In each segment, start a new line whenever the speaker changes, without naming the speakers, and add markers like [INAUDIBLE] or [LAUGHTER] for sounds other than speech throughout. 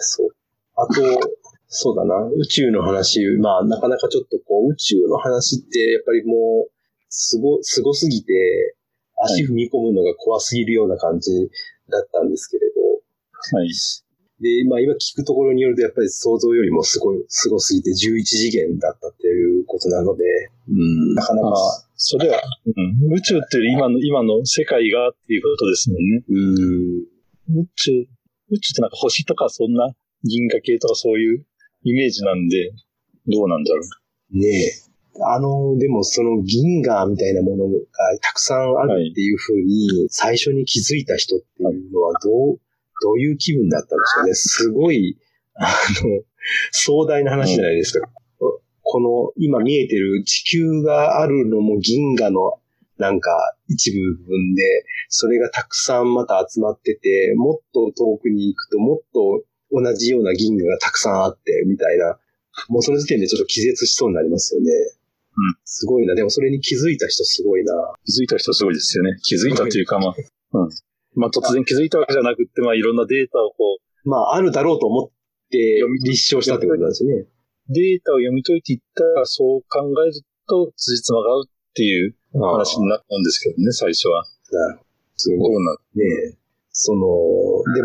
そう。あと、そうだな、宇宙の話、まあ、なかなかちょっとこう、宇宙の話って、やっぱりもう、すご、すごすぎて、足踏み込むのが怖すぎるような感じだったんですけれど、
はい。
で、まあ今聞くところによると、やっぱり想像よりもすごい、すごすぎて11次元だったっていうことなので、うん、なかな
ま
か、
あ、それは、うん、宇宙っていうより今の、今の世界がっていうことですもんね。
うん、
宇宙、宇宙ってなんか星とかそんな銀河系とかそういうイメージなんで、どうなんだろう。
ねえ。あの、でもその銀河みたいなものがたくさんあるっていうふうに、最初に気づいた人っていうのはどう、どういう気分だったんですかね。すごい、あの、壮大な話じゃないですか。この今見えてる地球があるのも銀河のなんか一部分で、それがたくさんまた集まってて、もっと遠くに行くともっと同じような銀河がたくさんあって、みたいな。もうその時点でちょっと気絶しそうになりますよね。
ん
すごいな。でもそれに気づいた人すごいな。
気づいた人はすごいですよね。気づいたというか、まあ、うん。まあ、突然気づいたわけじゃなくって、まあ、いろんなデータをこ
まあ、あるだろうと思って
読み
立証したってことなんですね。
う、データを読み解いていったら、そう考えると、辻褄が合うっていう話
あ
になったんですけどね、最初は。
あなるほどす
ど
ごいう
なん
ね。その、で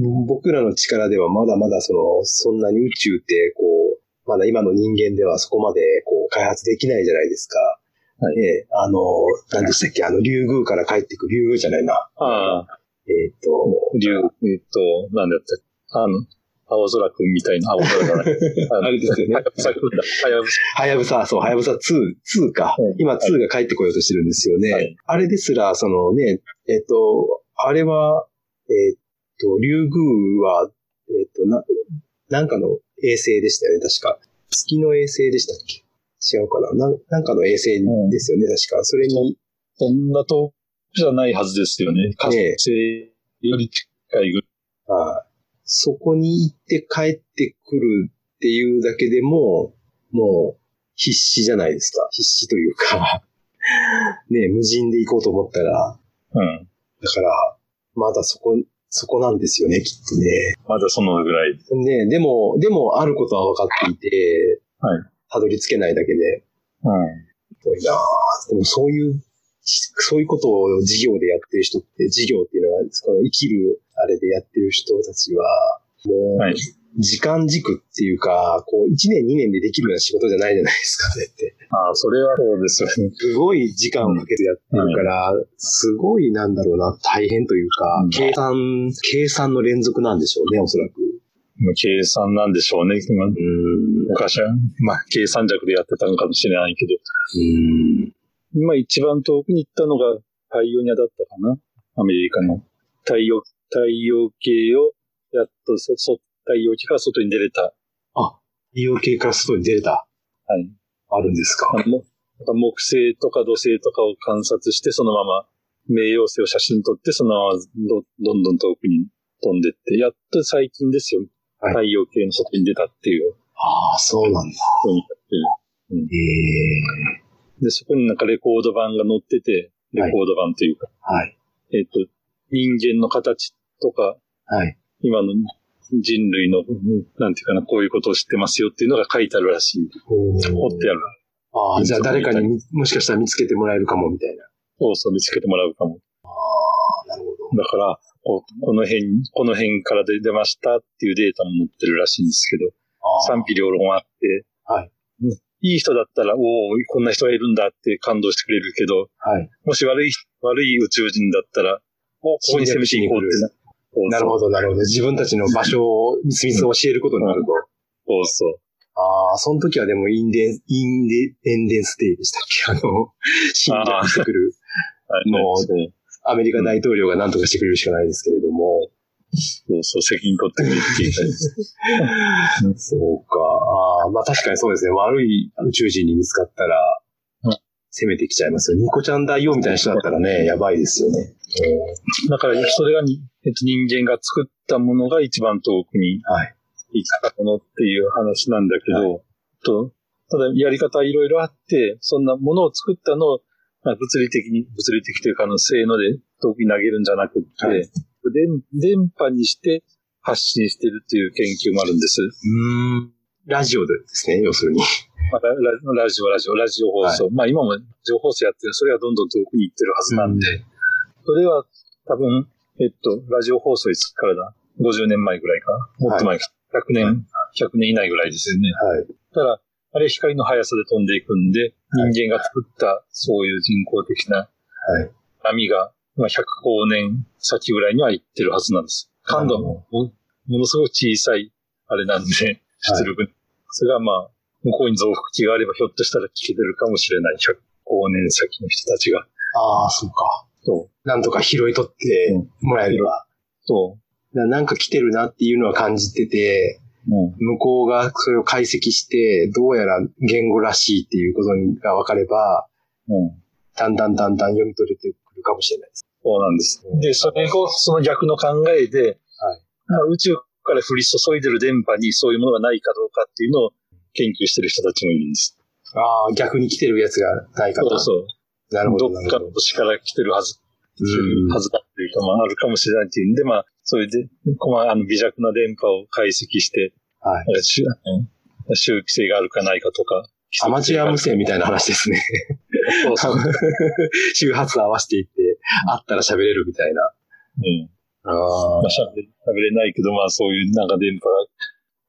も、僕らの力ではまだまだその、そんなに宇宙って、こう、まだ今の人間ではそこまで、こう、開発できないじゃないですか。
はい
ねえあの、何でしたっけ、あの、竜宮から帰ってくる竜宮じゃないな。
ああ、
えっ、と、
竜、えっと、なんだったっけあの、青空くんみたいな、青空じゃ
[LAUGHS]
ない。
あれですよね
はやぶさくんだ。はやぶさ
はやぶさ、そう、はやぶさ2、2か。
はい
今2が帰ってこようとしてるんですよね。
はい
あれですら、そのね、えっ、と、あれは、えっ、と、竜宮は、えっ、と、な、なんかの衛星でしたよね、確か。月の衛星でしたっけ違うかななんなんかの衛星ですよね、確か。それに、
そんな遠くじゃないはずですよね。火
ええ
星より近いぐらい。
あそこに行って帰ってくるっていうだけでも、もう必死じゃないですか。必死というか、 [LAUGHS] ねえ無人で行こうと思ったら、
うん。
だから、まだそこ、そこなんですよね、きっとね。
まだそのぐらい。
ねえでも、でも、あることは分かっていて、
はい。
たどり着けないだけで、
うん。
すごいなあでも、そういう、しそういうことを事業でやってる人って、事業っていうのは、この生きる、あれでやってる人たちは、もう、
はい。
時間軸っていうか、こう、1年2年でできるような仕事じゃないじゃないですか、ねって。
ああ、それはそうですよね。
すごい時間をかけてやってるから、すごいなんだろうな、大変というか、
うん
計算、計算の連続なんでしょうね、おそらく。
まあ計算なんでしょうね。まあ
うん。
昔は、まあ、計算弱でやってたのかもしれないけど、
うん。
今一番遠くに行ったのがパイオニアだったかなアメリカの。太陽、太陽系を、やっとそ、そ、太陽系から外に出れた。
利用系から外に出れた、
はい。
あるんですか。
あのも木星とか土星とかを観察して、そのまま、冥王星を写真撮って、そのままど、どんどん遠くに飛んでって、やっと最近ですよ。
はい
太陽系の外に出たっていう。
ああ、そうなんだ。ええ
で、そこになんかレコード盤が載ってて、レコード盤というか、
はい。
えっ、と、人間の形とか、
はい。
今の人類の、なんていうかな、こういうことを知ってますよっていうのが書いてあるらしい。
お
掘ってある。
ああ、じゃあ誰かにみもしかしたら見つけてもらえるかも、みたいな。
そうそう、見つけてもらうかも。
ああ、なるほど。
だから、こうこの辺、この辺から出出ましたっていうデータも載ってるらしいんですけど、
あ
賛否両論あって、
はい
うん。いい人だったら、おお、こんな人がいるんだって感動してくれるけど、
あ、はい。
もし悪い、悪い宇宙人だったら、おここに攻めていこうってな。
なる
ど。
ほど、なるほど。自分たちの場所をみつみつ教えることになると。
そうそう。
ああ、その時はでもインデン、インデン、エンデンステイでしたっけあの、 [LAUGHS] 侵略してくる、
はい
もう
そう
アメリカ大統領が何とかしてくれるしかないですけれども。
そうそう、責任取ってくれっていう感じです。うん
そうか。ああ、まあ確かにそうですね。悪い宇宙人に見つかったら
うん、
攻めてきちゃいますよ。ニコちゃん大王みたいな人だったらね、やばいですよね。
だから、それがに、えっと、人間が作ったものが一番遠くに
はい。
行ったものっていう話なんだけど、とただ、やり方いろいろあって、そんなものを作ったのを、まあ物理的に、物理的というか、あの、性能で遠くに投げるんじゃなくって、
はい
電電波にして、発信してるという研究もあるんです。
うん。ラジオでですね、要するに。
まあ、ラララジオ、ラジオ、ラジオ放送。まあ今も情報放送やってる、それはどんどん遠くに行ってるはずなんで、それは多分、えっと、ラジオ放送いつからだ ?50 年前ぐらいかもっと前か。100年、100年以内ぐらいですよね。
はい。
ただ、あれ光の速さで飛んでいくんで、
はい
人間が作ったそういう人工的な
はい。
波が、まあ、105年先ぐらいには行ってるはずなんです。感度も、もものすごく小さい、あれなんで、出力。それがまあ、向こうに増幅器があれば、ひょっとしたら聞けてるかもしれない。105年先の人たちが。
ああ、そうか。
そう。
なんとか拾い取ってもらえれば。
そ
ななんか来てるなっていうのは感じてて、
う。うん。
向こうがそれを解析して、どうやら言語らしいっていうことが分かれば、
うん。
だんだんだんだん読み取れてくるかもしれないです。
そうなんです。
うん
で、それを、その逆の考えで、
はい
まあ、宇宙から降り注いでる電波にそういうものがないかどうかっていうのを研究してる人たちもいるんです。
ああ、逆に来てるやつがないか
そ
と。
うそう。
なるほ
ど
ど、
っ
なる
か
ほ
の
ど。
星から来てるはず
うん
はずだっていうか、まあ、あるかもしれないっていうんで、まあ、それで、こまあ、あの、微弱な電波を解析して、
はい。
あれ周うん [LAUGHS] 周期性があるかないかとか。
アマチュア無線みたいな話ですね。
そうそう。うん。
[LAUGHS] 周波数合わせていって、あったら喋れるみたいな。あ
ま
あ
あ、喋れ喋れないけど、まあ、そういうなんか電波が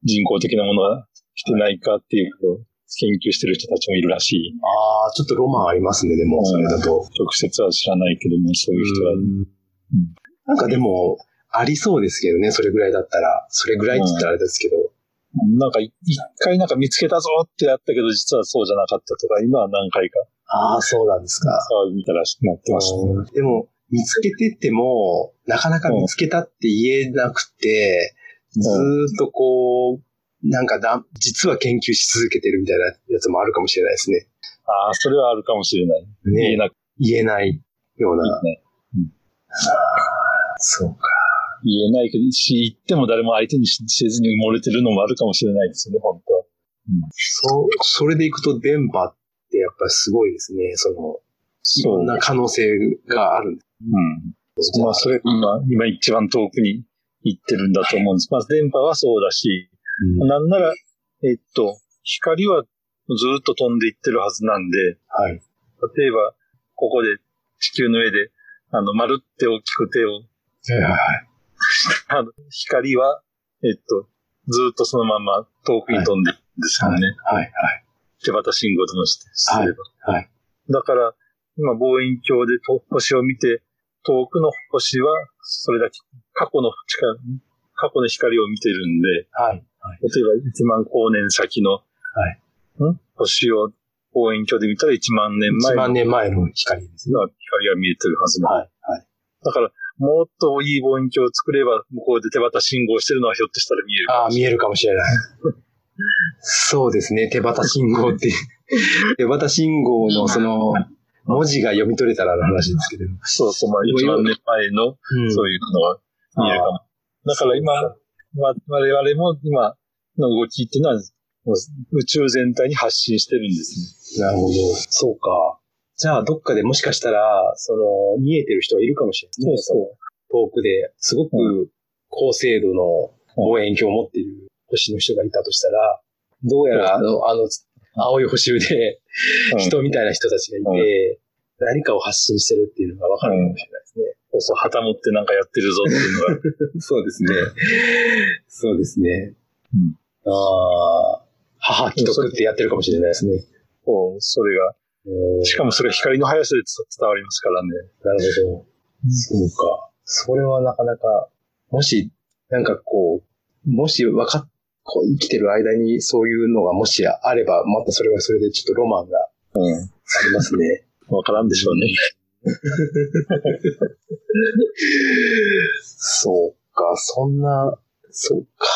人工的なものが来てないかっていうのを研究してる人たちもいるらしい。
ああ、ちょっとロマンありますね、でも、それだと。
直接は知らないけども、そういう人は。ん
なんかでも、ありそうですけどね、それぐらいだったら。それぐらいって言ったらあれですけど。
なんか、い一回なんか見つけたぞってやったけど、実はそうじゃなかったとか、今は何回か
ああ、そうなんですか。
騒ぎたらしくなってました。
うんでも、見つけてっても、なかなか見つけたって言えなくて、ずーっとこう、なんかだ、実は研究し続けてるみたいなやつもあるかもしれないですね。
ああ、それはあるかもしれない。言え
ね
なくて
言えないよう
いい
な。
ね。
そうか。
言えないけど、し、言っても誰も相手にし [LAUGHS] せずに埋もれてるのもあるかもしれないですね、本当は。
そう、それでいくと電波ってやっぱりすごいですね。その、いろんな可能性があるんで
う
す
ん。
ね
まあ、それ、今、今一番遠くに行ってるんだと思うんです。まあ、電波はそうだし、
うん
なんなら、えっと、光はずっと飛んでいってるはずなんで、
はい。
例えば、ここで地球の上で、あの、丸って大きく手をあの、光は、えっと、ずっとそのまま遠くに飛んでるんですよね。
はい、はい。
手旗信号ともして、すれば。
はいはい
だから、今望遠鏡でと星を見て、遠くの星は、それだけ、過去の近い過去の光を見てるんで、
はい。
例えば1万光年先の、ん星を望遠鏡で見たら1万年前
1
の
万年前の光ですね。
光が見えてるはずな
は
んで
い、はい。
だから、もっといい望遠鏡を作れば、向こうで手旗信号してるのはひょっとしたら見える。
ああ、見えるかもしれない。そうですね、手旗信号って。 [LAUGHS] 手旗信号のその、文字が読み取れたらの話ですけど。
そうそう、まあ、1万年前の、
うん
そういうのは見えるかも。だから今、わ我々も今の動きっていうのは、もう宇宙全体に発信してるんです
なるほど。そうか。じゃあ、どっかでもしかしたら、その、見えてる人はいるかもしれない
ね。
ね。の遠くで、すごく高精度の望遠鏡を持っている星の人がいたとしたら、どうやら、あの、あの、青い星で、
うん
人みたいな人たちがいて、何かを発信してるっていうのがわかるかもしれないですね。
そうそう、旗持ってなんかやってるぞっていうのが。 [LAUGHS]
そうですね。そうですね。
うん
ああ、母既得ってやってるかもしれないですね。
そう、それが。しかもそれが光の速さで伝わりますからね。
なるほど。そうか。それはなかなか、もし、なんかこう、もしわかっ、こう生きてる間にそういうのがもしあれば、またそれはそれでちょっとロマンがあ
う
りますね。
ん。わからんでしょうね。
そうか、そんな、そうか、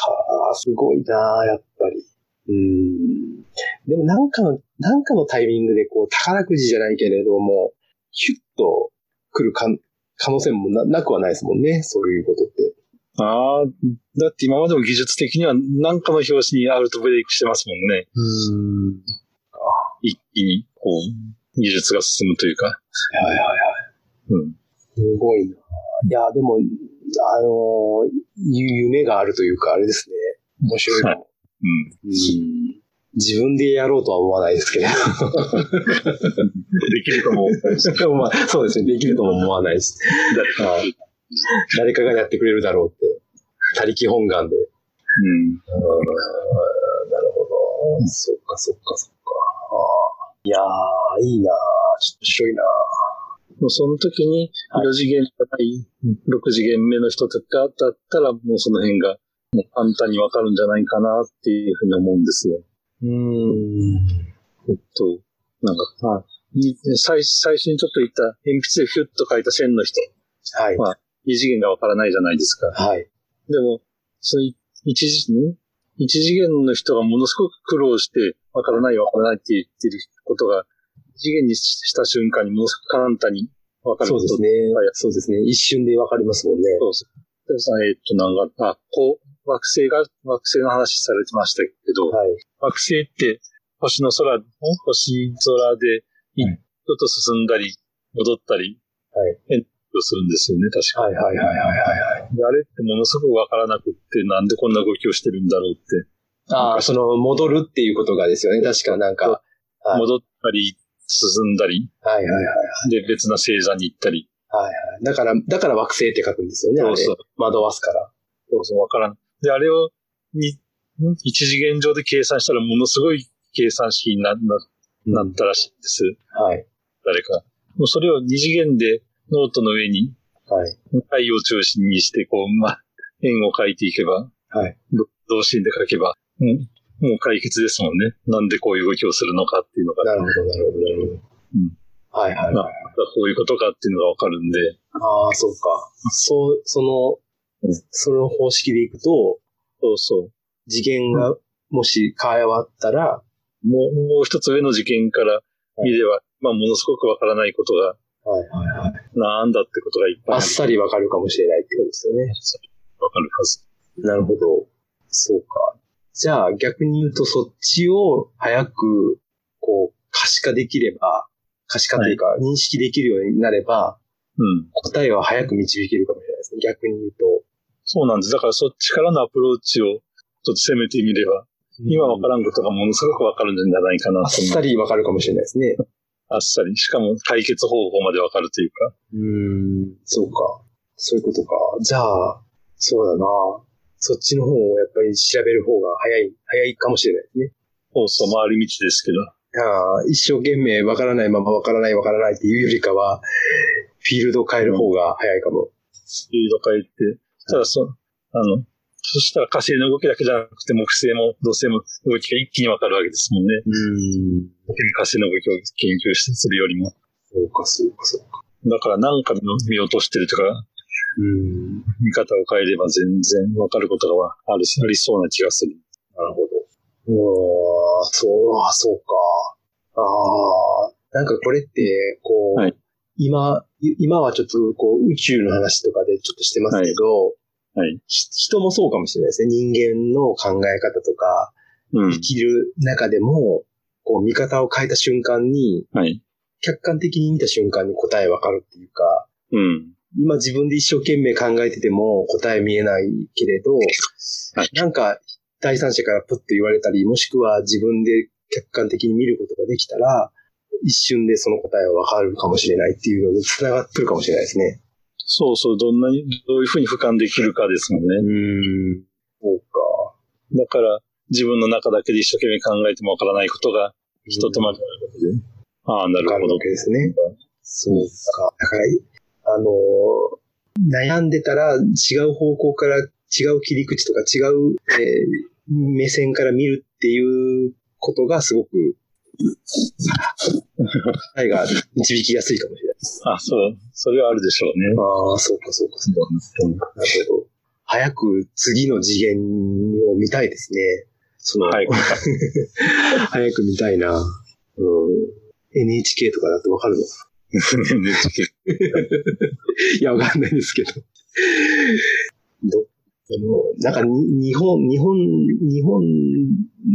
すごいな、やっぱり。うん。でもなんかの、なんかのタイミングでこう、宝くじじゃないけれども、ヒュッと来るかん可能性もななくはないですもんね、そういうことって。
ああ、だって今までも技術的には何かの表紙にアウトブレイクしてますもんね。
うん。
一気に、こう、技術が進むというか。
はいはいはい。
うん。
すごいな。いや、でも、あの、ゆ夢があるというか、あれですね。面白いかも。
うん。
うん自分でやろうとは思わないですけど。
できるか [LAUGHS] も。
で [LAUGHS] もまあ、そうですね。できるとも思わないです。
誰か。
はい誰かがやってくれるだろうって。他力本願で。
うん。
うーんなるほど。そっかそっかそっか。あーいやー、いいなーちょっと面白いな
もうその時に、4次元高い、6次元目の人とかだったら、もうその辺が、ね、簡単にわかるんじゃないかなっていうふうに思うんですよ。
うーん。
えっと、なんか、まあ、に最最初にちょっと言った、鉛筆でフィュッと書いた線の人、
はい。
まあ二次元がわからないじゃないですか。
はい。
でも、そのい一次、ん一次元の人がものすごく苦労して、わからないわからないって言ってることが、一次元にした瞬間にものすごく簡単にわかる
そ
こ
うで
と
すね。そうですね。一瞬でわかりますもんね。
そうです。でさえっと、なんか、あ、こう、惑星が、惑星の話されてましたけど、
はい。
惑星って星の空、星空で、
は
ち
い
ょっと進んだり、戻ったり、
はい
変動するんですよね、確か。
はいはいはいはいはいはい。
であれってものすごくわからなくって、なんでこんな動きをしてるんだろうって、
ああ、その、戻るっていうことがですよね。確かなんか。はい
戻ったり、進んだり、
はいはいはい。
で、別な星座に行ったり、
だから、だから惑星って書くんですよね。あれ
そう
惑わすから。
そうそう、わからん。で、あれを、に、ん一次元上で計算したらものすごい計算式になななったらしいんです。
はい。
誰か。もうそれを二次元でノートの上に
はい。
太陽を中心にして、こう、まあ、円を描いていけば、
はい。
ど同心で描けば、うん、もう解決ですもんね。なんでこういう動きをするのかっていうのが、
なるほど、なるほど、なる
うん
ほど。はいはいはい。
こういうことかっていうのがわかるんで、
ああ、そうか。そう、その、その方式でいくと、
そうそ
次元がもし変わったら、
う。もう、もう一つ上の事件から見れば、まあ、ものすごくわからないことが、
はいはいはい。
なんだってことがいっぱ
あ
いあ
っ
る
さりわかるかもしれないってことですよね。
わかるはず。
なるほど。そうか。じゃあ逆に言うとそっちを早く、こう、可視化できれば、可視化というか認識できるようになれば、
うん。
答えは早く導けるかもしれないですね。逆に言うと。
そうなんです。だからそっちからのアプローチをちょっと攻めてみれば、今わからんことがものすごくわかるんじゃないかな
あっ
と思う
さりわかるかもしれないですね。
あっさり。しかも解決方法までわかるというか。
うん。そうか。そういうことか。じゃあ、そうだな。そっちの方をやっぱり調べる方が早い、早いかもしれないですね。
そうそう、回り道ですけど。
ああ一生懸命わからないままわからないわからないっていうよりかは、フィールドを変える方が早いかも。
スピード変えて。ただそ、あの、そしたら火星の動きだけじゃなくて木星も土星も動きが一気にわかるわけですもんね。
うん。
火星の動きを研究してするよりも。
そうか、そうか、そうか。
だから何か見見落としてるとか、
うん。
見方を変えれば全然わかることがあるし、ありそうな気がする。
なるほど。うわーそう、あそうか。ああ、なんかこれって、こう、
はい
今、い今はちょっとこう宇宙の話とかでちょっとしてますけど、
はい。
ひ人もそうかもしれないですね。人間の考え方とか、
う
生。きる中でも、こう見方を変えた瞬間に、
はい。
客観的に見た瞬間に答えわかるっていうか、
うん。
今自分で一生懸命考えてても答え見えないけれど、
はい
なんか第三者からプッと言われたり、もしくは自分で客観的に見ることができたら、一瞬でその答えはわかるかもしれないっていうので繋がってるかもしれないですね。
そうそう、どんなに、どういうふうに俯瞰できるかですもんね。
うん。そうか。
だから、自分の中だけで一生懸命考えてもわからないことが、人と
も
交わることで。ああ、なる
わか
ほ
る
ど
わ。けですね。そうか。だから、あのー、悩んでたら違う方向から違う切り口とか違う、えー目線から見るっていうことがすご [LAUGHS] く、答えが導きやすいかもしれないです。
あ、そう。それはあるでしょうね。 [LAUGHS]
ああ、そうかそうか。なるほど。早く次の次元を見たいですね。その、
はい。
[LAUGHS] 早く見たいな。うん、NHK とかだってわかるのいや、わかんないですけど。どあのなんかに、日本、日本、日本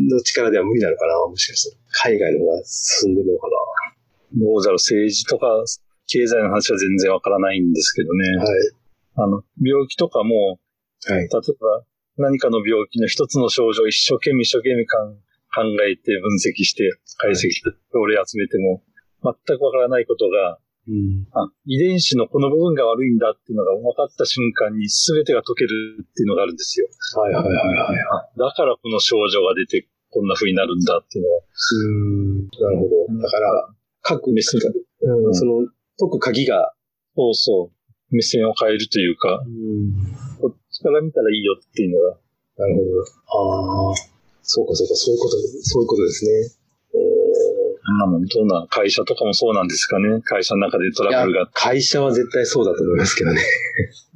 の力では無理なのかなもしかしたら。海外の方が進んでるのか
どうだろう、政治とか、経済の話は全然わからないんですけど
な
ね。
はい。
ああの、病気とかも、
はい
例。えば何かの病気の一つの症状を一生懸命一生懸命かん考えて分析して解析して、俺集めても全くわからないことが、
うん。
あ、遺伝子のこの部分が悪いんだっていうのが分かった瞬間に全てが解けるっていうのがあるんですよ。
はいはいはいはい。
だからこの症状が出てこんな風になるんだっていうのは。
うん。なるほど。だから、各
目線、
うん、その、解く鍵が、
そうそう。目線を変えるというか、こっちから見たらいいよっていうのが。
なるほど。ああ、そうかそうか、そういうこと、そういうことですね。
あんなもんどんな会社とかもそうなんですかね。会社の中でト
い
ラ
や
ブルがあっ、
会社は絶対そうだと思いますけどね。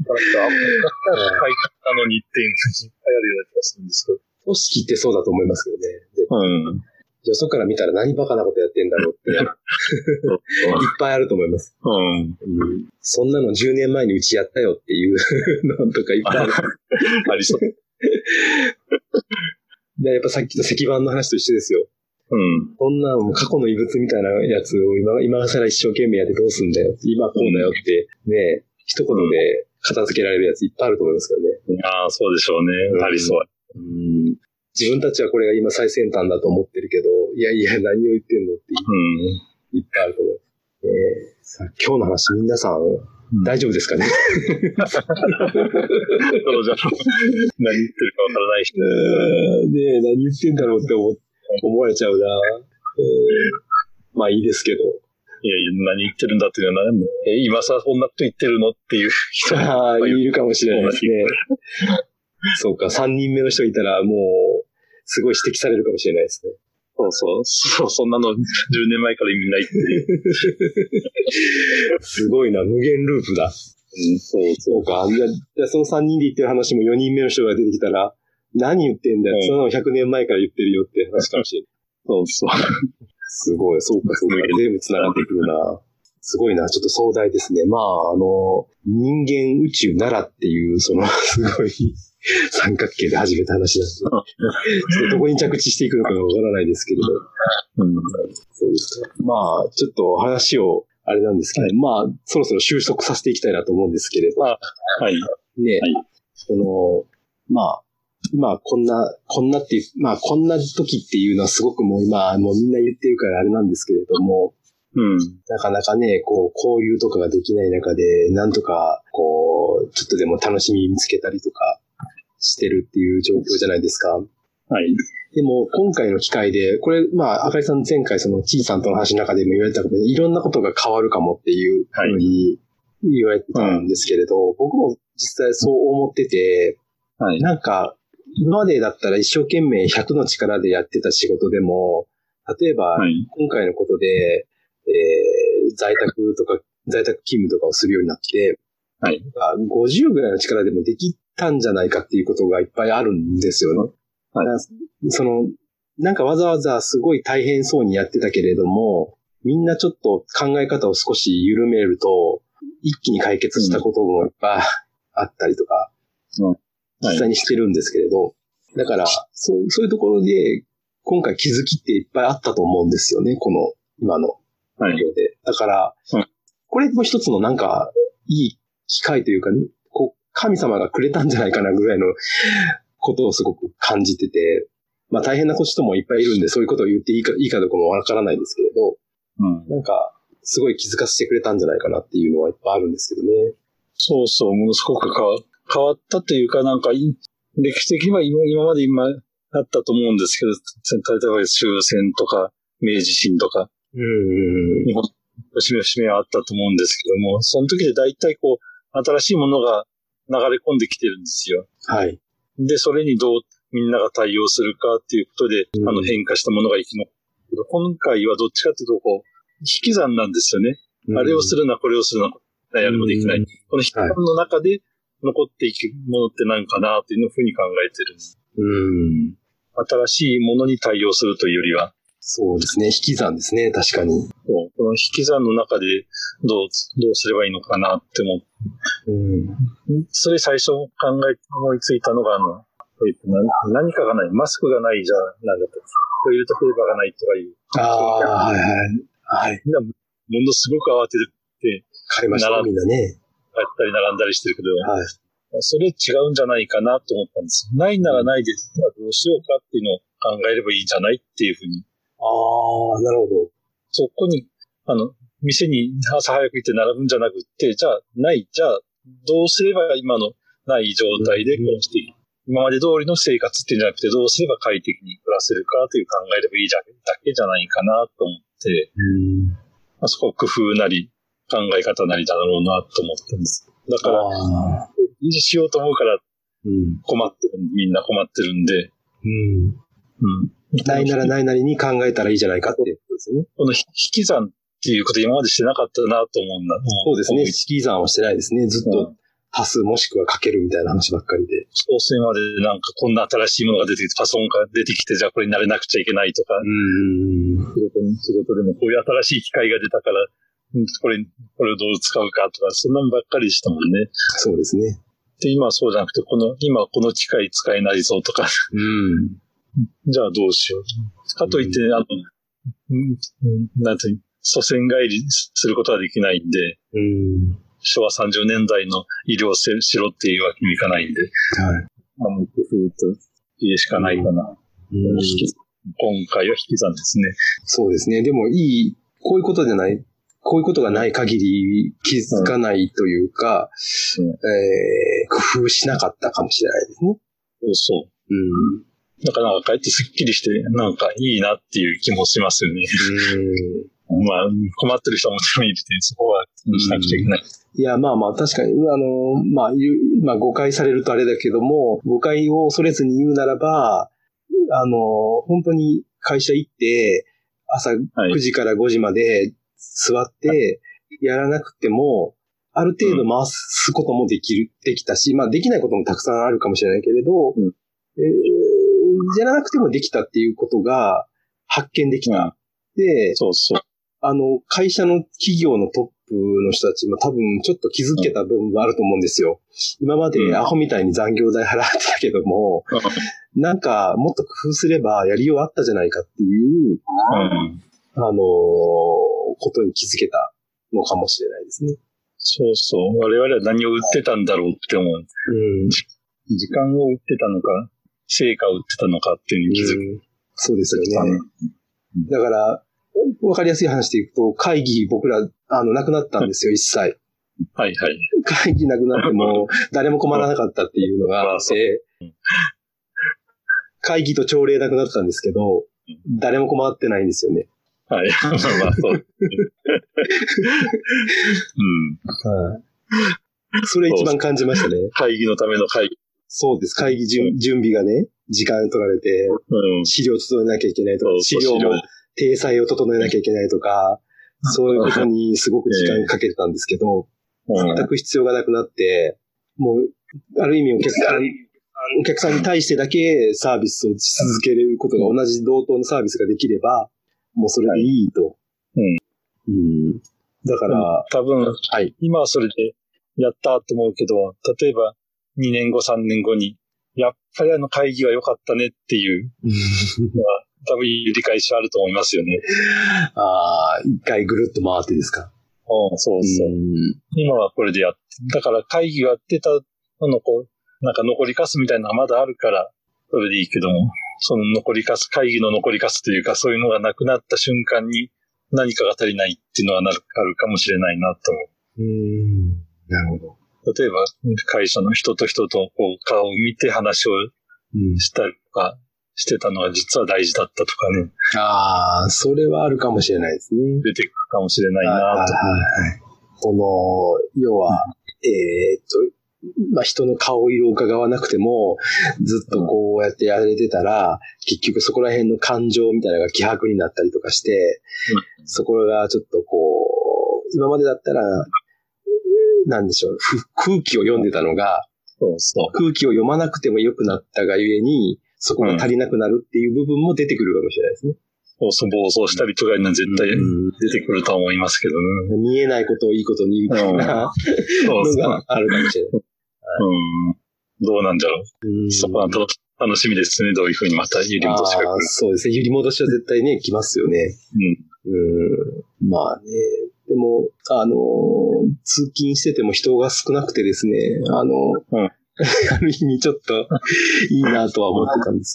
たら、あ、こうだったら会社なのにっていうのがいっぱいあるような気がするんですけど。
組織ってそうだと思いますけどね。で
うん。
よそから見たら何バカなことやってんだろうって、いっぱいあると思います。
うん。
そんなの10年前にうちやったよっていう [LAUGHS] のとかいっぱいある。
[LAUGHS] ありそう。
でやっぱさっきの石板の話と一緒ですよ。
うん。
そんなの過去の遺物みたいなやつを今、今更一生懸命やってどうすんだよって、今こうだよって、ね、一言で片付けられるやついっぱいあると思いますからね。
ああ、そうでしょう
うん
ね。ありそう。
うん自分たちはこれが今最先端だと思ってるけど、いやいや、何を言ってんのって
うん。
いっぱいあると思う。えーさあ今日の話、皆さん、大丈夫ですかね、
どうじゃろう。何言ってるかわからない人。
うーんねえ何言ってんだろうって思思われちゃうな、えーまあいいですけど。
いやいや、何言ってるんだっていうのは何も、え、今さ、そんなこと言ってるのっていう人が。
ああ、 [LAUGHS] いるかもしれないですね。 [LAUGHS] そうか、3人目の人いたら、もう、すごい指摘されるかもしれないですね。
そうそう。そう、そんなの10年前から意味ないっていう。
すごいな、無限ループだ。
うん、そうそ
そうか。じゃあ、じゃあその3人で言ってる話も4人目の人が出てきたら、何言ってんだよ。
うん
そんなの100年前から言ってるよって話かもしれない。
そうそう。
すごい。そうか、そうか
無。限
全部繋がってくるな。すごいな。ちょっと壮大ですね。まあ、あの、人間宇宙ならっていう、その、 [LAUGHS] すごい三角形で始めた話なんで。ちょっとどこに着地していくのかがわからないですけれど。
うん。
そうですか。まあ、ちょっと話を、あれなんですけど、まあ、そろそろ収束させていきたいなと思うんですけれど。
はい。
ね、
はい
その、まあ、今こんな、こんなっていう、まあこんな時っていうのはすごくもう今、もうみんな言ってるからあれなんですけれども、
うん。
なかなかね、こう、交流とかができない中で、なんとか、こう、ちょっとでも楽しみ見つけたりとかしてるっていう状況じゃないですか。
はい。
でも、今回の機会で、これ、まあ、赤井さん前回、その、ちいさんとの話の中でも言われたことで、いろんなことが変わるかもっていうふうに言われてたんですけれど、僕も実際そう思ってて、
はい。
なんか、今までだったら一生懸命100の力でやってた仕事でも、例えば
は、い。
今回のことで、えー在宅とか、在宅勤務とかをするようになって、
はい
あ50ぐらいの力でもできたんじゃないかっていうことがいっぱいあるんですよね。
は
だ
い
からその、なんかわざわざすごい大変そうにやってたけれども、みんなちょっと考え方を少し緩めると、一気に解決したこともいっぱいあったりとか、
は
実
い。
際にしてるんですけれど、だからそう、そういうところで、今回気づきっていっぱいあったと思うんですよね、この、今の
はい。
ようで。だから
うん、
これも一つのなんか、いい機会というか、こう、神様がくれたんじゃないかなぐらいのことをすごく感じてて、まあ大変な人もいっぱいいるんで、そういうことを言っていいかいいかどうかもわからないですけれど、
うん。
なんか、すごい気づかせてくれたんじゃないかなっていうのはいっぱいあるんですけどね。
そうそう、ものすごく変わ変わったというか、なんかい、歴史的には今今まで今あったと思うんですけど、例えば終戦とか、明治新とか、
うん。
日本の節目節目はあったと思うんですけども、その時で大体こう、新しいものが流れ込んできてるんですよ。
はい。
で、それにどうみんなが対応するかっていうことで、
うん
あの変化したものが生き残る。今回はどっちかっていうと、こう、引き算なんですよね。あれをす
る。
るな、これをするな、これやるもできない。
うん
この引き算の中で残っていくものって何かなというふうに考えてる。
うん。
新しいものに対応するというよりは、
そうですね。引き算ですね。確かに。
こうこの引き算の中でどう、どうすればいいのかなって思
うん。
う。それ最初考え、思いついたのが、あの、えっとな何かがない、マスクがないじゃ、なんだったっけトイレットペーパーがないとかいう。
ああ、はいはい。はい。
みんなものすごく慌てて、
買いました
なら
みんなね。
ったり並んだりしてるけど、
はい。
それ違うんじゃないかなと思ったんですよ。ないならないで、どうしようかっていうのを考えればいいんじゃないっていうふうに。
ああ、なるほど。
そこに、あの、店に朝早く行って並ぶんじゃなくって、じゃあ、ない、じゃあ、どうすれば今のない状態で、
うん
こうして、今まで通りの生活っていうんじゃなくて、どうすれば快適に暮らせるかという考えればいいじゃだけじゃないかなと思って、
うん。
まあ、そこは工夫なり、考え方なりだろうなと思ってます。だから、
ああ。
維持しようと思うから
うん。
困ってる、みんな困ってるんで、
うん。
うん。
ないならないなりに考えたらいいじゃないかっていうことですね。
この引き算っていうこと今までしてなかったなと思うんだ。
そうですね。
思
引き算をしてないですね。ずっ
う
と足すもしくはかけるみたいな話ばっかりで。
総選までなんかこんな新しいものが出てきて、パソコンが出てきて、じゃあこれに慣れなくちゃいけないとか、
うん。
仕事仕事でもこういう新しい機械が出たから、うんこれ、これをどう使うかとか、そんなんばっかりでしたもんね。
そうですね。
で、今はそうじゃなくて、この、今この機械使えないぞとか、 [LAUGHS]
うん。
じゃあどうしよう。かといって、あの、うんなんていうの、祖先帰りすることはできないんで、
うん。
昭和30年代の医療をせしろっていうわけにもいかないんで、
はい。
まあ、もう工夫と家しかないかな。
うん
引き今回は引き算ですね。
そうですね。でもいい、こういうことじゃない、こういうことがない限り気づかないというか、
うん
えー、工夫しなかったかもしれないですね。
そうそう
うん。
だからなんか帰ってスッキリして、なんかいいなっていう気もしますよね。 [LAUGHS]
うん
まあ、困ってる人はもちろんいるって、そこは気にしなくちゃいけない。
いや、まあまあ、確かに、あの、まあ、言うまあ、誤解されるとあれだけども、誤解を恐れずに言うならば、あの、本当に会社行って、朝
はい
9時から5時まで座って、やらなくても、ある程度回すこともできる、できたし、まあ、できないこともたくさんあるかもしれないけれど、
うん
えーやらなくてもできたっていうことが発見できた。で、
[LAUGHS] そうそう。
あの、会社の企業のトップの人たちも多分ちょっと気づけた部分があると思うんですよ。今ま
うん
でアホみたいに残業代払ってたけども、なんかもっと工夫すればやりようあったじゃないかっていう、
うん、
あのーことに気づけたのかもしれないですね。
そうそう。我々は何を売ってたんだろうって思う。
うん。
時間を売ってたのか、成果を売ってたのかっていうのに気づく。
うんそうですよね。
ね
だから、わかりやすい話でいくと、会議僕ら、あの、なくなったんですよ、一切。
はいはい。
会議なくなって [LAUGHS] も、誰も困らなかったっていうのがあって、会議と朝礼なくなったんですけど、誰も困ってないんですよね。
[LAUGHS] はい。まあまあ、そう。うん。
それ一番感じましたね。
会議のための会議。
そうです。会議準準備がね、時間取られて、
うん。
資料整えなきゃいけないとか、資料も体裁を整えなきゃいけないとか、そういうことにすごく時間かけてたんですけど、
うん
全く必要がなくなって、もう、ある意味お客さん、お客さんに対してだけサービスをし続けることが同じ同等のサービスができれば、もうそれでいいと。う
い
ん。だから、は
多分、
い。
今はそれでやったと思うけど、例えば2年後、3年後に、やっぱりあの会議は良かったねって [LAUGHS] いう、多分理解しはあると思いますよね。
ああ、一回ぐるっと回ってですか。
うん、そうそう。
ん。
今はこれでやって、だから会議をやってたののこう、なんか残りかすみたいなのがまだあるから、それでいいけども、その残りかす、会議の残りかすというか、そういうのがなくなった瞬間に何かが足りないっていうのはなるあるかもしれないなと思
う
う。
ん。なるほど。
例えば、会社の人と人とこう顔を見て話を
うん、
したりとかしてたのは実は大事だったとかね、
ああ、それはあるかもしれないですね。
出てくるかもしれない
はい
なと。
はいはいこの、要は、えーっと、まあ、人の顔色を伺わなくても、ずっとこうやってやれてたら、結局そこら辺の感情みたいなのが希薄になったりとかして、そこがちょっとこう、今までだったら、なんでしょう、ふ空気を読んでたのが、
そうそう。
空気を読まなくても良くなったがゆえに、そこが足りなくなるっていう部分も出てくるかもしれないですね。
そうそう、暴走したりとかいうのは絶対
うん
出てくるとは思いますけどね。
見えないことをいいことにみたいな
そう
の
そう
が。あるかもしれない。
うん。どうなんだろう。
うん
そこは楽楽しみですね。どういうふうにまた揺り戻しが来
あー
る。
そうですね。揺り戻しは絶対ね、来ますよね。
うん。
うん。まあね。でても、あの、通勤してても人が少なくてですね、あの、
うん
ある意味ちょっといいなとは思ってたんです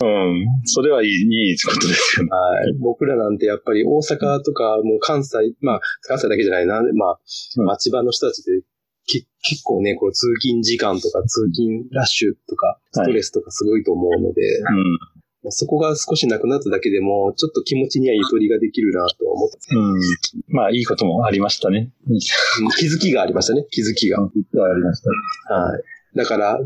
けど。
うん。それはいい、いいことですよね。
はい。僕らなんてやっぱり大阪とかもう関西、まあ関西だけじゃないな、まあ
うん
町場の人たちでけ結構ね、この通勤時間とか通勤ラッシュとかストレスとかすごいと思うので、まあそこが少しなくなっただけでもちょっと気持ちにはゆとりができるなとは思って、
うん。うん。まあ、いいこともありましたね。いい
気づきがありましたね、気づきが。
ことはありました。
はい。だから、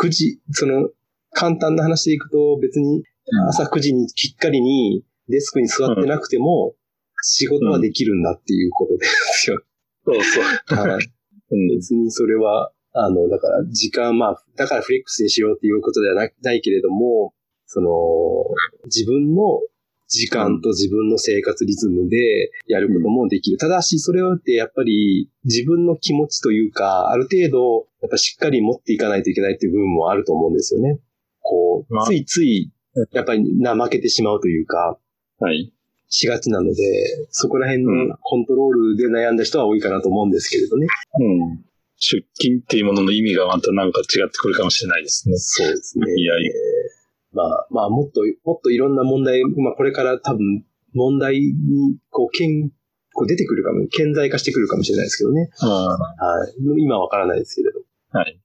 9時、その、簡単な話でいくと、別に
うん
朝9時にきっかりにデスクに座ってなくても、仕事はできるんだっていうことですよ。
そうそう。
はい。
うん。
別にそれは、あの、だから、時間、まあ、だからフレックスにしようっていうことではなないけれども、その、自分の時間と自分の生活リズムでやることもできる。ただし、それをってやっぱり自分の気持ちというか、ある程度、やっぱしっかり持っていかないといけないっていう部分もあると思うんですよね。こ
ま
う、
あ
ついつい、やっぱり怠けてしまうというか、
はい。
しがちなので、そこら辺
うん
のコントロールで悩んだ人は多いかなと思うんですけれどね。
うん。出勤っていうものの意味がまたなんか違ってくるかもしれないですね。
そうですね。
いやい
え
や
ーまあ、まあ、もっと、もっといろんな問題、まあ、これから多分、問題に、こう、けん、こう出てくるかも、顕在化してくるかもしれないですけどね。
うん。
はい。今はわからないですけれど。
はい。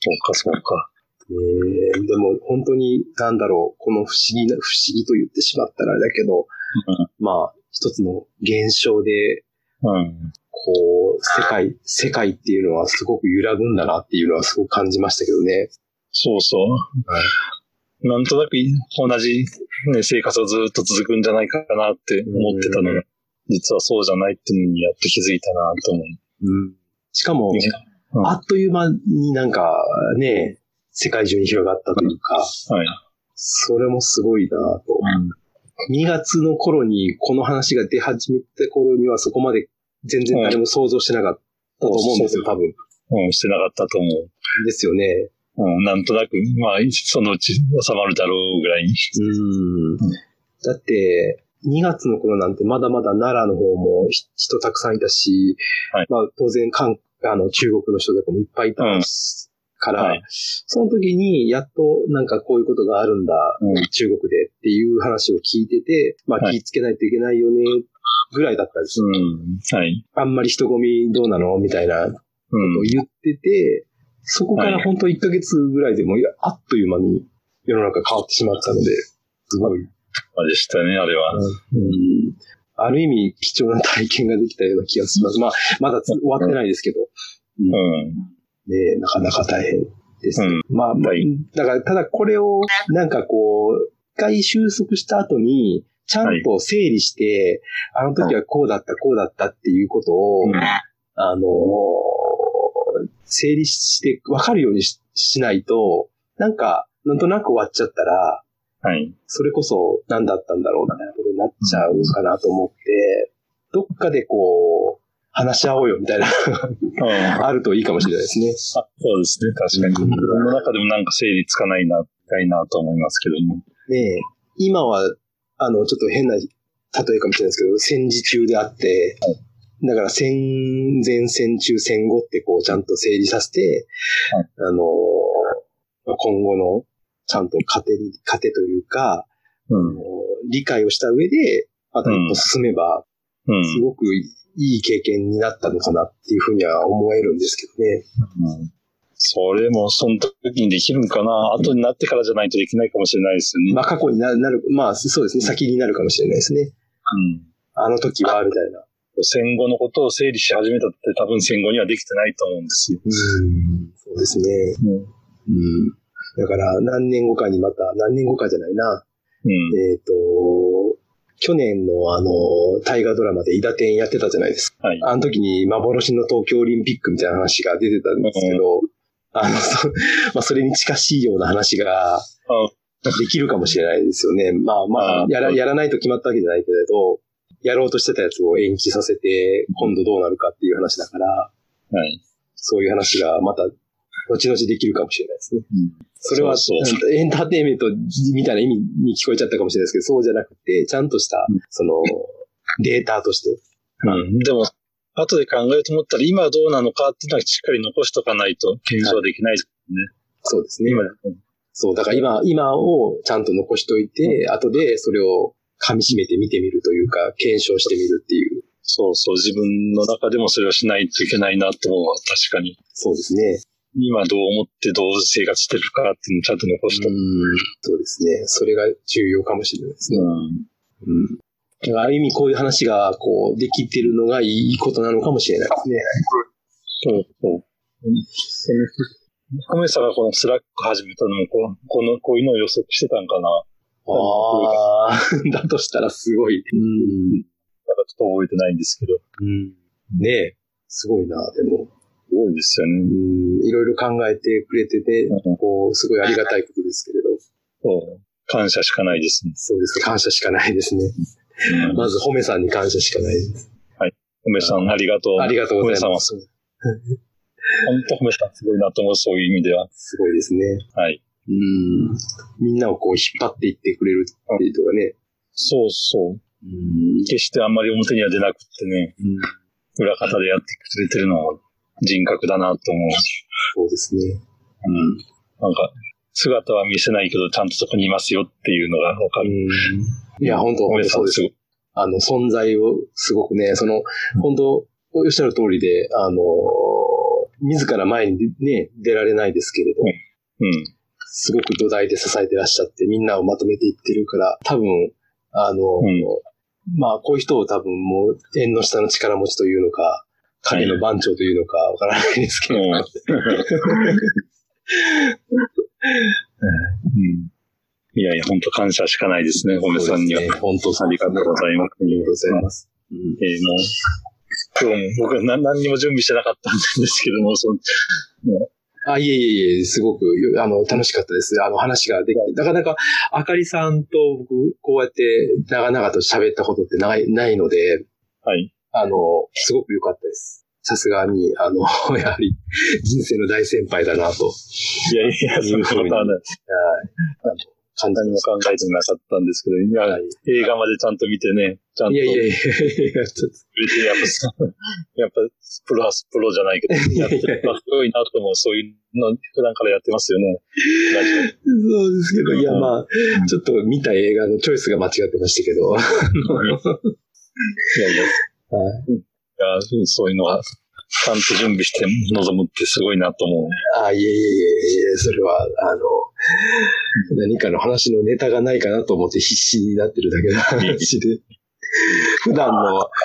そうか、そうか。
うん。えーでも、本当に、なんだろう、この不思議な、不思議と言ってしまったらあれだけど、まあ、一つの現象で、
うん。うん。
こう、世界、世界っていうのはすごく揺らぐんだなっていうのはすごく感じましたけどね。
そうそう。なんとなく同じ、ね、生活はずっと続くんじゃないかなって思ってたのが、実はそうじゃないっていうのにやっと気づいたなと思
うん。しかも
う、。うん
あっという間になんかね、世界中に広がったというか、
はい。
それもすごいなと。
うん
2月の頃にこの話が出始めた頃にはそこまで全然誰も想像してなかったと思うんですよ、
そ
多分。
うん、してなかったと思う。
ですよね。
うん、なんとなく、まあ、そのうち収まるだろうぐらいに。
うん。だって、2月の頃なんてまだまだ奈良の方もひ人たくさんいたし、
はい
まあ当然韓あの中国の人とかもいっぱいいたから、
はい
その時にやっとなんかこういうことがあるんだ、
うん
中国でっていう話を聞いてて、まあ
は
気
い
ぃつけないといけないよね、ぐらいだったんですよ。
うん、はい。
あんまり人混みどうなのみたいなこと
う
を
ん。
言ってて、そこから
はい
本当1ヶ月ぐらいでもういやあっという間に世の中変わってしまったので、すごい
あれでしたね、あれは。
うんある意味、貴重な体験ができたような気がします。まあ、まだつ終わってないですけど、
うん。
ねえ、なかなか大変です。
うん
まあ、まあ
はい
だから、ただこれを、なんかこう、一回収束した後に、ちゃんと整理して、あの時はこうだった、こうだったっていうことを、
うん
あのー整理して分かるようにししないと、なんか、なんとなく終わっちゃったら、
はい。
それこそ何だったんだろうみたいなことになっちゃうかなと思って、どっかでこう、話し合おうよみたいな、
うん。あ
あるといいかもしれないですね。
そうですね、確かに。
うん
自分の中でもなんか整理つかないな、たいなと思いますけども。
ねえ、今は、あの、ちょっと変な例えかもしれないですけど、戦時中であって、だから戦前、戦中、戦後ってこう、ちゃんと整理させて、
は
あの、まあ今後の、ちゃんと糧に、糧というか、
うん。
理解をした上で、また一歩進めば、
う
す
ん。
ごくいい経験になったのかなっていうふうには思えるんですけどね。
うんそれも、その時にできるんかな。後になってからじゃないとできないかもしれないですよね
ま。あ過去にななる、まあそうですね、先になるかもしれないですね。
うん。
あの時は、みたいな。
戦後のことを整理し始めたって多分戦後にはできてないと思うんですよ。
うん。そうですね。うん。だから何年後かにまた、何年後かじゃないな。
うん。
えっ、と、去年のあの、大河ドラマで伊田天やってたじゃないですか。
はい。
あの時に幻の東京オリンピックみたいな話が出てたんですけど、あの、そ, 、 [LAUGHS] まあ、それに近しいような話ができるかもしれないですよね。まあまあ
あ、ー
やら、
うん
やらないと決まったわけじゃないけれど、やろうとしてたやつを延期させて、今度どうなるかっていう話だから、
はい。
そういう話がまた、後々できるかもしれないですね。
うん
それは、
そうそ
うんエンターテインメントみたいな意味に聞こえちゃったかもしれないですけど、そうじゃなくて、ちゃんとした
う、
その、データとして、
うん。でも、後で考えようと思ったら、今どうなのかっていうのはしっかり残しとかないと検証できないです
そうですね
ね。。
そう、だから今、今をちゃんと残しといて、後でそれを噛み締めて見てみるというか、検証してみるっていう。
そうそう、自分の中でもそれをしないといけないなと思うわ、確かに。
そうですね。
今どう思ってどう生活してるかっていうのをちゃんと残しと
う
く。
ん。そうですね。それが重要かもしれないですね。
うん。
うん。だからある意味こういう話が、こう、できてるのがいいことなのかもしれないですね。
そうそう。亀さんがこのスラック始めたのもこ、この、こういうのを予測してたんかな
ああ、 [LAUGHS] だとしたらすごい。うん。
なんかちょっと覚えてないんですけど。
うん、ねえ。すごいな、でも。
すごいですよ
う
ね。
ん。いろいろ考えてくれてて、
うん
こう、すごいありがたいことですけれど。
そう。感謝しかないですね。
そうです。感謝しかないですね。
ま
まず、褒めさんに感謝しかないです。
米さん、ありがとう。
ありがとうござい
米
ま
さ
す。
んは、本当米さんすごいなと思う、そういう意味では。
すごいですね。
はい。
うん。みんなをこう引っ張っていってくれるっていうのがね。
そうそう。
うん。
決してあんまり表には出なくってね、
うん
裏方でやってくれてるのは人格だなと思う。
そうですね。
うん。なんか、姿は見せないけど、ちゃんとそこにいますよっていうのが分かる。
いや、本当
米さ
そうんですす
ご。い。
あの、存在をすごくね、その、本当おっしゃる通りで、あの、自ら前にね、出られないですけれど、
うんうん。
すごく土台で支えてらっしゃって、みんなをまとめていってるから、多分、あの、
うん
まあ、こういう人を多分もう、縁の下の力持ちというのか、影の番長というのか、わからないですけど、
うんうんいやいや、本当感謝しかないですね、米さんには。
そうですね本当
ありがとうございます。
ありがとうございます。うん
えーもう、今日も僕は何何にも準備してなかったんですけども、その、
あ、いえいえいえ、すごくよ、あの、楽しかったです。あの、話ができて。なかなか、あかりさんと僕、こうやって、長々と喋ったことってない、ないので、
はい。
あの、すごく良かったです。さすがに、あの、 [LAUGHS] やはり、人生の大先輩だなと、はい
いやいや、そんなことはない
感じ
何
ま
も
し
考えてなかったんですけど、
た。
いや
はい、
映画までちゃんと見てね、ちゃんと、
いやいやいや [LAUGHS] いや、ちょっと
やっぱ [LAUGHS] さ、やっぱ、プロはプロじゃないけど、やって
[LAUGHS]
るのはすごいなと思う、そういうの、普段からやってますよね。ラ
[LAUGHS]
ジオ
そうですけど、いや、
うん
まあ、ちょっと見た映画のチョイスが間違ってましたけ [LAUGHS] ど、
いやいや、
はい
やそういうのは、ちゃんと準備して臨むってすごいなと思う。
あ、いえいえいえいえ、それは、あの、何かの話のネタがないかなと思って必死になってるだけの話で。普段の、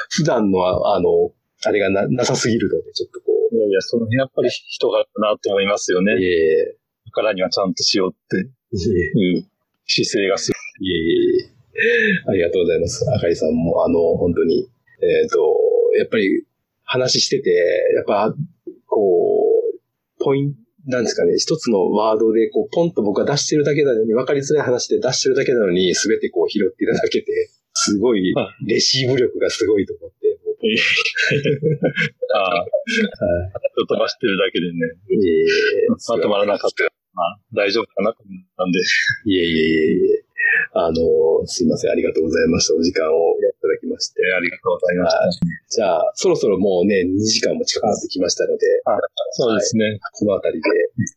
普段の、あの、あれがな、なさすぎるので、ちょっとこ
いやいや、その辺やっぱり人がなと思いますよ
う、い
ね。
えいえ
からにはちゃんとしようって
いえいえ
いう姿勢がす
いえいえ。ありがとうございます。あかりさんも、あの、本当に、えっ、と、やっぱり話してて、やっぱ、こう、ポイント、なんですかね、一つのワードで、こう、ポンと僕が出してるだけなのに、分かりづらい話で出してるだけなのに、すべてこう拾っていただけて、すごい
は、
レシーブ力がすごいと思って、もう
ああ、
は
ちょっと飛ばしてるだけでね、
いええ
まとまらなかったら、まあ、大丈夫かなと思ったんで、
いえいえいえいえ。あの、すいません、ありがとうございました。お時間をいただきまして。
ありがとうございました。
じゃあ、そろそろもうね、2時間も近くなってきましたので、
そうですね。
このあたり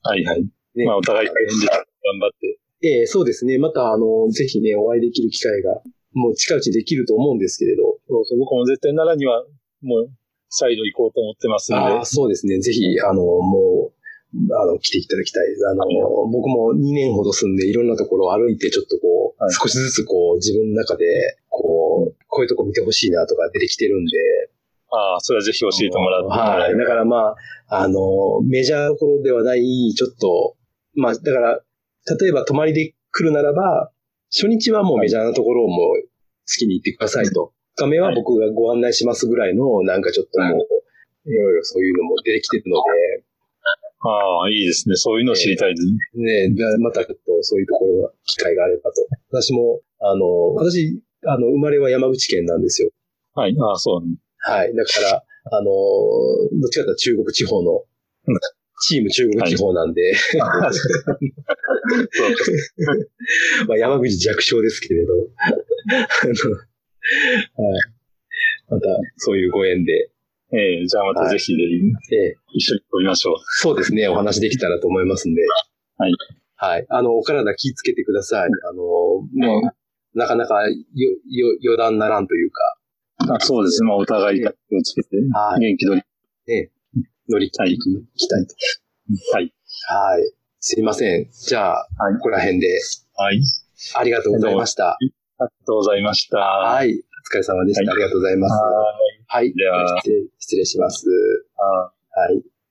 はいはい。
ね
まあ、お互い大変で頑張って。
で。えーそうですね。また、あの、ぜひね、お会いできる機会が、もう近いうちにできると思うんですけれど。
そうそう僕も絶対奈良には、もう、再度行こうと思ってますんで。
ああ、そうですね。ぜひ、あの、もう、あの、来ていただきたい。あの、
はい
僕も2年ほど住んで、いろんなところを歩いて、ちょっとこう、
はい
少しずつこう、自分の中で、こう、こういうとこ見てほしいなとか出てきてるんで。
ああ、それはぜひ教えてもらって。
はい。だからまあ、あの、メジャーどころではない、ちょっと、まあ、だから、例えば泊まりで来るならば、初日はもうメジャーなところをもう好きに行ってくださいと。2日目は僕がご案内しますぐらいの、なんかちょっともう、いろいろそういうのも出てきてるの
ああ、いいですね。そういうのを知りたいですね。
で、ね、だまたちょっとそういうところが、機会があればと。私も、あの、私、あの、生まれは山口県なんですよ。
はい。ああ、そうね。
はい。だから、あのーどっちかというと中国地方の
うん、
チーム中国地方なんで、
[LAUGHS]
まあ山口弱小ですけれど、あの、はい。また、そういうご縁で、
ええじゃあまたぜひ、
ええ
一緒に飛びましょう。
そうですね、お話できたらと思いますんで。
はい。
はい。あの、お体気をつけてください。あの、もう、なかなかよ、よ、余談ならんというか、
あそうですね。まあ、お互いに気をつけて、
はい
元気取り。
乗り切っていきたいと。
はい。
はい。すいません。じゃあ、
はい
ここら辺で、
はい。
ありがとうございました。
ありがとうございました。は。
はいい。お疲れ様でした。
はい
ありがとうございます。はい。
では
失礼失礼します。
あー